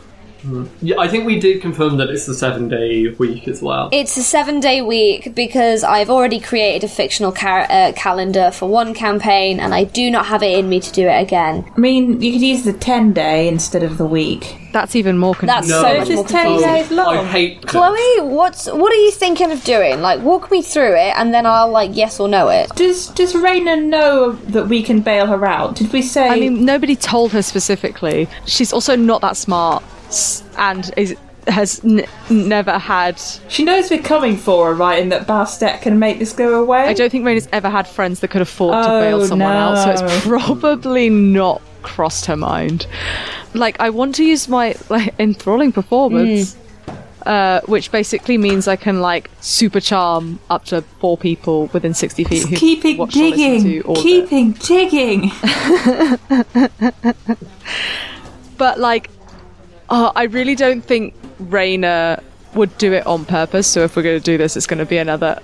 E: Yeah, I think we did confirm that it's the seven day week as well.
A: It's a seven day week because I've already created a fictional car- uh, calendar for one campaign and I do not have it in me to do it again.
C: I mean, you could use the 10 day instead of the week.
B: That's even more
A: That's
B: confusing.
A: so much
C: This
A: more
C: is 10
A: confusing.
C: days long.
E: I hate this.
A: Chloe, what's what are you thinking of doing? Like, walk me through it, and then I'll like yes or no it.
C: Does Does Raina know that we can bail her out? Did we say?
B: I mean, nobody told her specifically. She's also not that smart s- and is, has n- never had.
C: she knows we're coming for her, right? And that Bastet can make this go away.
B: I don't think Raina's ever had friends that could afford to
C: Oh,
B: bail someone out, so
C: no.
B: it's probably not crossed her mind. Like, I want to use my like enthralling performance.
C: Hmm.
B: Uh, which basically means I can like super charm up to four people within sixty feet. who've
C: Keeping
B: watched or listened to
C: digging,
B: all of it.
C: keeping digging.
B: but like uh, i really don't think Raina would do it on purpose so if we're going to do this it's going to be another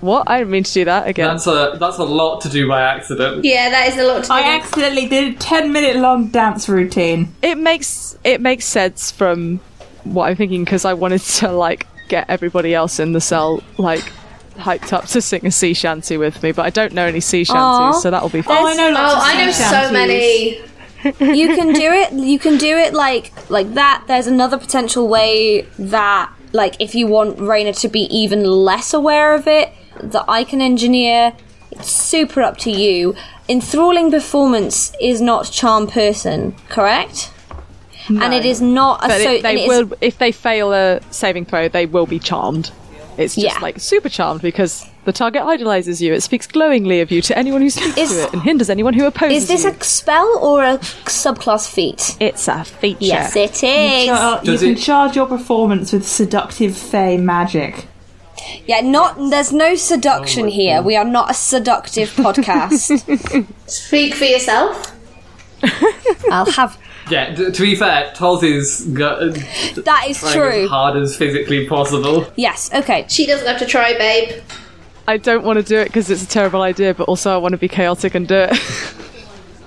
B: what i didn't mean to do that again
E: That's a that's a lot to do by accident.
D: Yeah, that is a lot to do.
C: I accidentally did a ten minute long dance routine.
B: it makes it makes sense from what i'm thinking because i wanted to like get everybody else in the cell like hyped up to sing a sea shanty with me but i don't know any sea shanties so that'll be fun
C: Oh, I know lots
D: oh,
C: of
D: I know
C: sea
D: so
C: shanties.
D: many.
A: you can do it you can do it like like that there's another potential way that like if you want Raina to be even less aware of it that I can engineer it's super up to you enthralling performance is not charm person correct and it is not
B: but
A: a so and
B: it, they
A: it is-
B: will if they fail a saving throw they will be charmed it's just
A: Yeah.
B: like super charmed because the target idolizes you it speaks glowingly of you to anyone who speaks
A: Is-
B: to it and hinders anyone who opposes
A: is this
B: you.
A: a spell or a subclass feat
B: it's a feature
A: yes it is
C: Char- you
E: Does
C: can
E: it-
C: charge your performance with seductive fey magic.
A: yeah not there's no seduction here we are not a seductive podcast
D: Speak for yourself.
A: I'll have
E: Yeah, d- to be fair, Toz is go-
A: that is
E: trying
A: true
E: as hard as physically possible.
A: yes okay
D: She doesn't have to try, babe.
B: i don't want to do it because it's a terrible idea but also i want to be chaotic and do it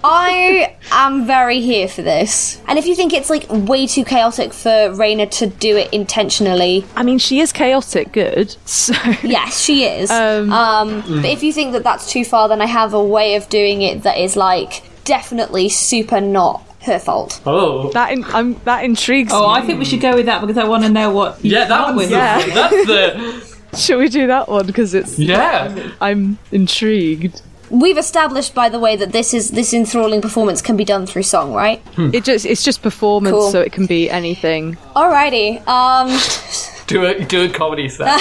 A: I am very here for this. And if you think it's like way too chaotic for Raina to do it intentionally,
B: i mean she is chaotic good so
A: yes, she is.
B: Um,
A: Um, But if you think that that's too far, then I have a way of doing it that is like definitely super not her fault.
E: Oh,
B: that in, I'm, that intrigues
C: Oh, I think we should go with that because I want to know what. you
E: yeah,
C: come
E: that
C: up
E: was
C: with.
E: the,
B: Yeah.
E: that's the
B: me should we do that one because it's
E: yeah.
B: i'm intrigued
A: We've established, by the way, that this is this enthralling performance can be done through song, right?
B: it just it's just performance
A: Cool.
B: so it can be anything
A: Alrighty. Um,
E: Do a do a comedy set.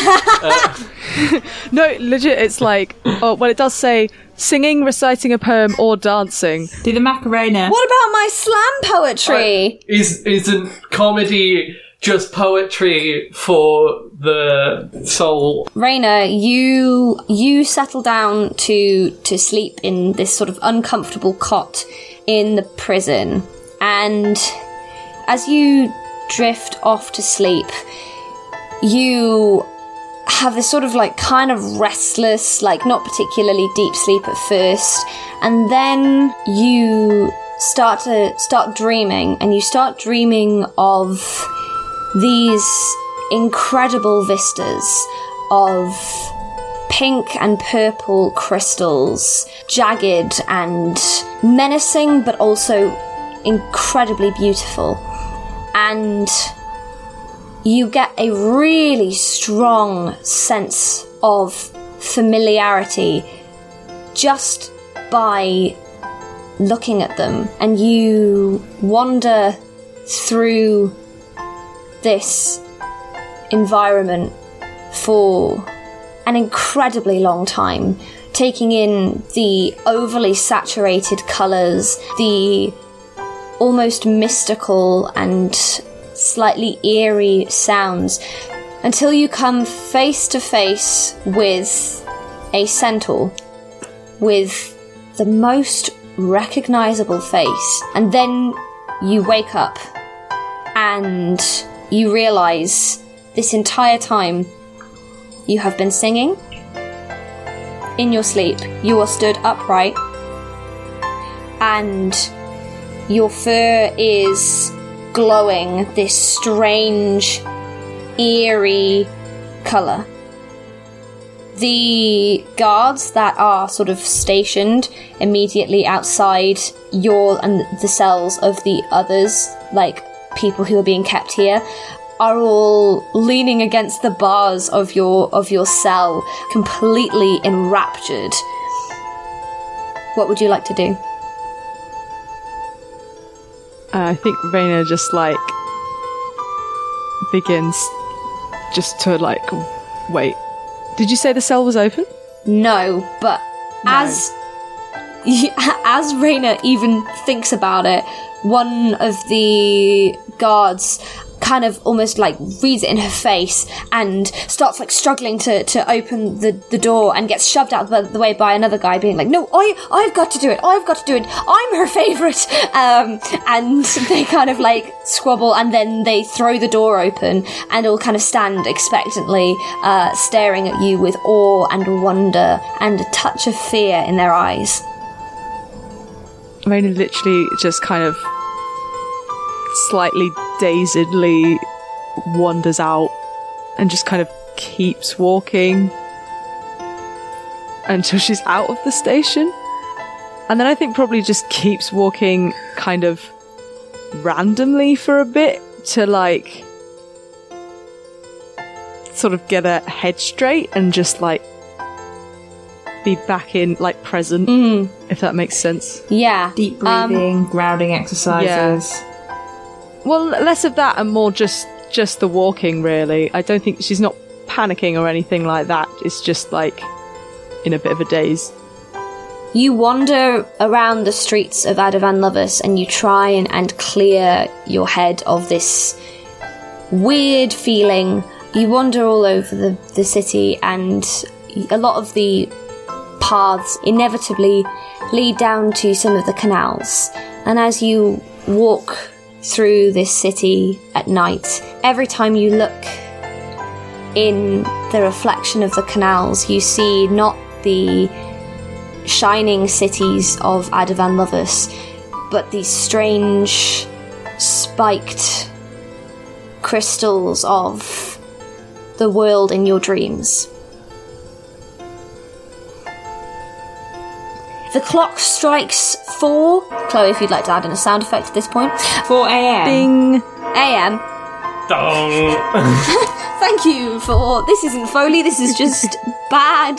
B: No, legit, it's like, oh, well, it does say singing, reciting a poem, or dancing.
C: Do the Macarena.
A: what about my slam poetry?
E: Is isn't comedy just poetry for the soul?
A: Raina, you you settle down to to sleep in this sort of uncomfortable cot in the prison. And as you drift off to sleep, you have this sort of like kind of restless, like not particularly deep sleep at first, and then you start to start dreaming and you start dreaming of these incredible vistas of pink and purple crystals, jagged and menacing, but also incredibly beautiful. And you get a really strong sense of familiarity just by looking at them, and you wander through this environment for an incredibly long time, taking in the overly saturated colours, the almost mystical and slightly eerie sounds, until you come face to face with a centaur with the most recognisable face, and then you wake up and you realize this entire time you have been singing. In your sleep, you are stood upright, and your fur is glowing this strange, eerie color. The guards that are sort of stationed immediately outside your and the cells of the others, like people who are being kept here, are all leaning against the bars of your of your cell, completely enraptured. What would you like to do?
B: Uh, I think Raina just like begins just to like wait. Did you say the cell was open?
A: No, but as as Raina even thinks about it, one of the guards kind of almost like reads it in her face and starts like struggling to, to open the, the door and gets shoved out the, the way by another guy being like no I I've got to do it I've got to do it I'm her favorite um, and they kind of like squabble and then they throw the door open and all kind of stand expectantly uh, staring at you with awe and wonder and a touch of fear in their eyes
B: Raina literally just kind of slightly dazedly wanders out and just kind of keeps walking until she's out of the station. And then I think probably just keeps walking kind of randomly for a bit to like sort of get her head straight and just like be back in like present if that makes sense.
A: yeah um,
C: Deep
D: Um,
C: breathing, grounding exercises.
B: Well, less of that and more just just the walking really. I don't think she's not panicking or anything like that. It's just like in a bit of a daze.
A: You wander around the streets of Adavan Lovers and you try and, and clear your head of this weird feeling. You wander all over the, the city, and a lot of the paths inevitably lead down to some of the canals. And as you walk through this city at night, every time you look in the reflection of the canals, you see not the shining cities of Adavan Lovers, but these strange, spiked crystals of the world in your dreams. The clock strikes four. Chloe, if you'd like to add in a sound effect at this point.
C: 4 a.m.
B: Ding.
A: AM.
E: Dong.
A: Thank you for. This isn't Foley, this is just bad.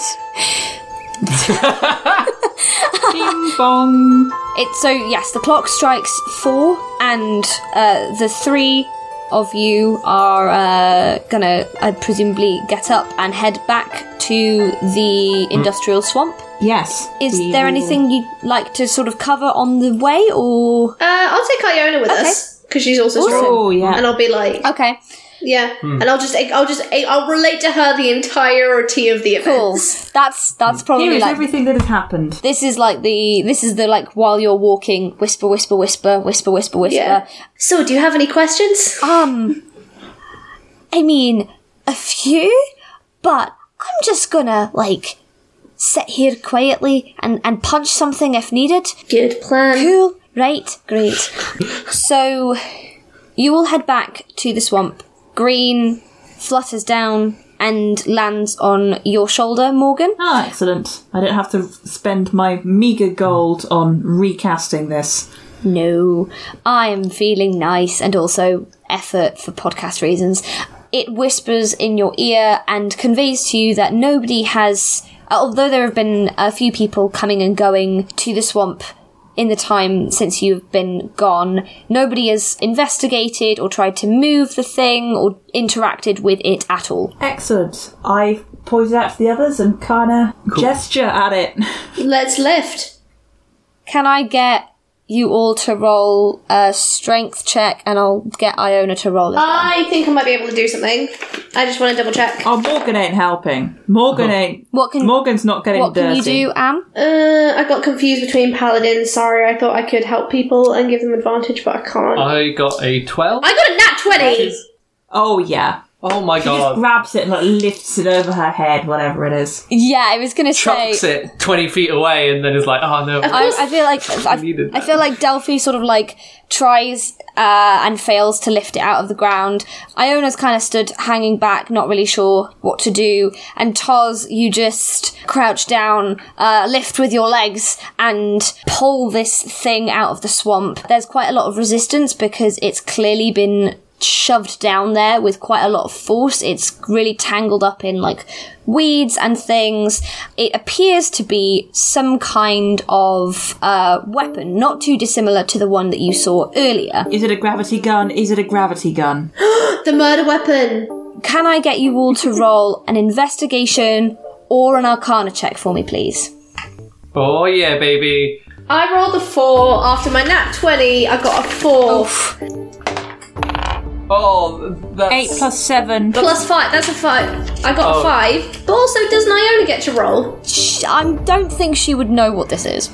C: Bing bong.
A: It, so yes, the clock strikes four, and uh, the three of you are uh, gonna uh, presumably get up and head back to the industrial swamp.
C: Yes.
A: Is
C: Mm. We
A: there
C: will-
A: anything you'd like to sort of cover on the way, or
D: Uh, I'll take Iona with us because she's also strong,
C: Oh, yeah.
D: and I'll be like,
A: okay,
D: yeah,
E: Hmm.
D: and I'll just, I'll just, I'll relate to her the entirety of the
A: cool.
D: events.
A: That's that's probably
C: Here is
A: like
C: everything that has happened.
A: this is like the this is the like while you're walking, whisper, whisper, whisper, whisper, whisper, whisper.
D: Yeah. So, do you have any questions?
A: Um, I mean, a few, but I'm just gonna, like, sit here quietly and, and punch something if needed.
D: Good plan.
A: Cool, right, great. so, you will head back to the swamp. Green flutters down and lands on your shoulder, Morgan.
C: Ah, excellent. I don't have to spend my meagre gold on recasting this.
A: No, I am feeling nice and also effort for podcast reasons. It whispers in your ear and conveys to you that nobody has, although there have been a few people coming and going to the swamp in the time since you've been gone, nobody has investigated or tried to move the thing or interacted with it at all.
C: Excellent. I pointed out to the others and kinda gesture at it.
D: Let's lift.
A: Can I get you all to roll a strength check and I'll get Iona to roll it?
D: I think I might be able to do something. I just want to double check.
C: Oh, Morgan ain't helping. Morgan ain't.
A: What can-
C: Morgan's not getting
A: what can
C: dirty.
A: you do, Am?
D: Uh, I got confused between paladins. Sorry, I thought I could help people and give them advantage, but I can't.
E: I got a 12.
D: I got a nat twenty.
C: Oh yeah.
E: Oh my
C: She just
E: god.
C: grabs it and like lifts it over her head, whatever it is.
G: Yeah, I was gonna say.
E: Chucks it 20 feet away and then is like, oh no.
G: I, I feel like
E: needed
G: I, I
E: that.
G: feel like Delphi sort of like tries uh, and fails to lift it out of the ground. Iona's kind of stood hanging back, not really sure what to do. And Toz, you just crouch down, uh, lift with your legs, and pull this thing out of the swamp. There's quite a lot of resistance because it's clearly been shoved down there with quite a lot of force. It's really tangled up in like weeds and things. It appears to be some kind of uh, weapon, not too dissimilar to the one that you saw earlier.
C: Is it a gravity gun? Is it a gravity gun?
D: The murder weapon.
G: Can I get you all to roll an investigation or an arcana check for me, please?
E: Oh yeah, baby.
D: I rolled a four after my nat twenty. I got a four
E: Oh, that's.
C: Eight plus seven.
D: plus five. That's a five. I got
E: Oh.
D: a five. But also, doesn't Iona get to roll?
G: Sh- I don't think she would know what this is.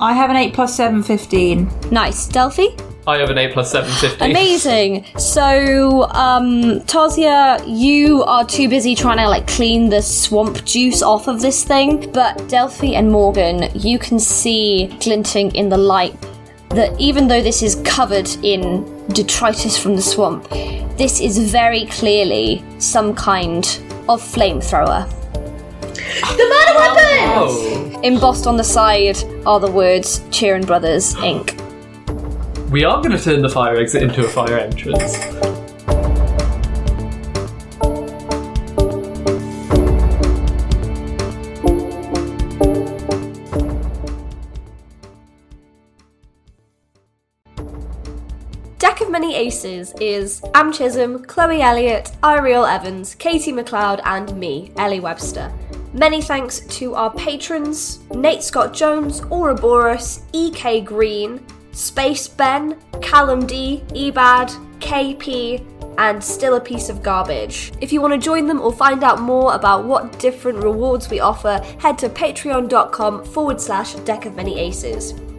C: I have an eight plus seven, fifteen.
G: Nice. Delphi?
E: I have an A plus 750.
G: Amazing. So, um, Tasia, you are too busy trying to like clean the swamp juice off of this thing, but Delphi and Morgan, you can see glinting in the light that even though this is covered in detritus from the swamp, this is very clearly some kind of flamethrower.
D: The murder weapon.
E: Oh,
G: Embossed on the side are the words Cheerin Brothers Inc.
E: we are going to turn the fire exit into a fire entrance.
A: Deck of Many Aces is Am Chisholm, Chloe Elliott, Ariel Evans, Katie McLeod, and me, Ellie Webster. Many thanks to our patrons Nate Scott Jones, Ouroboros, EK Green, Space Ben, Callum D, Ebad, KP, and still a piece of garbage. If you want to join them or find out more about what different rewards we offer, head to patreon.com forward slash deck of many aces.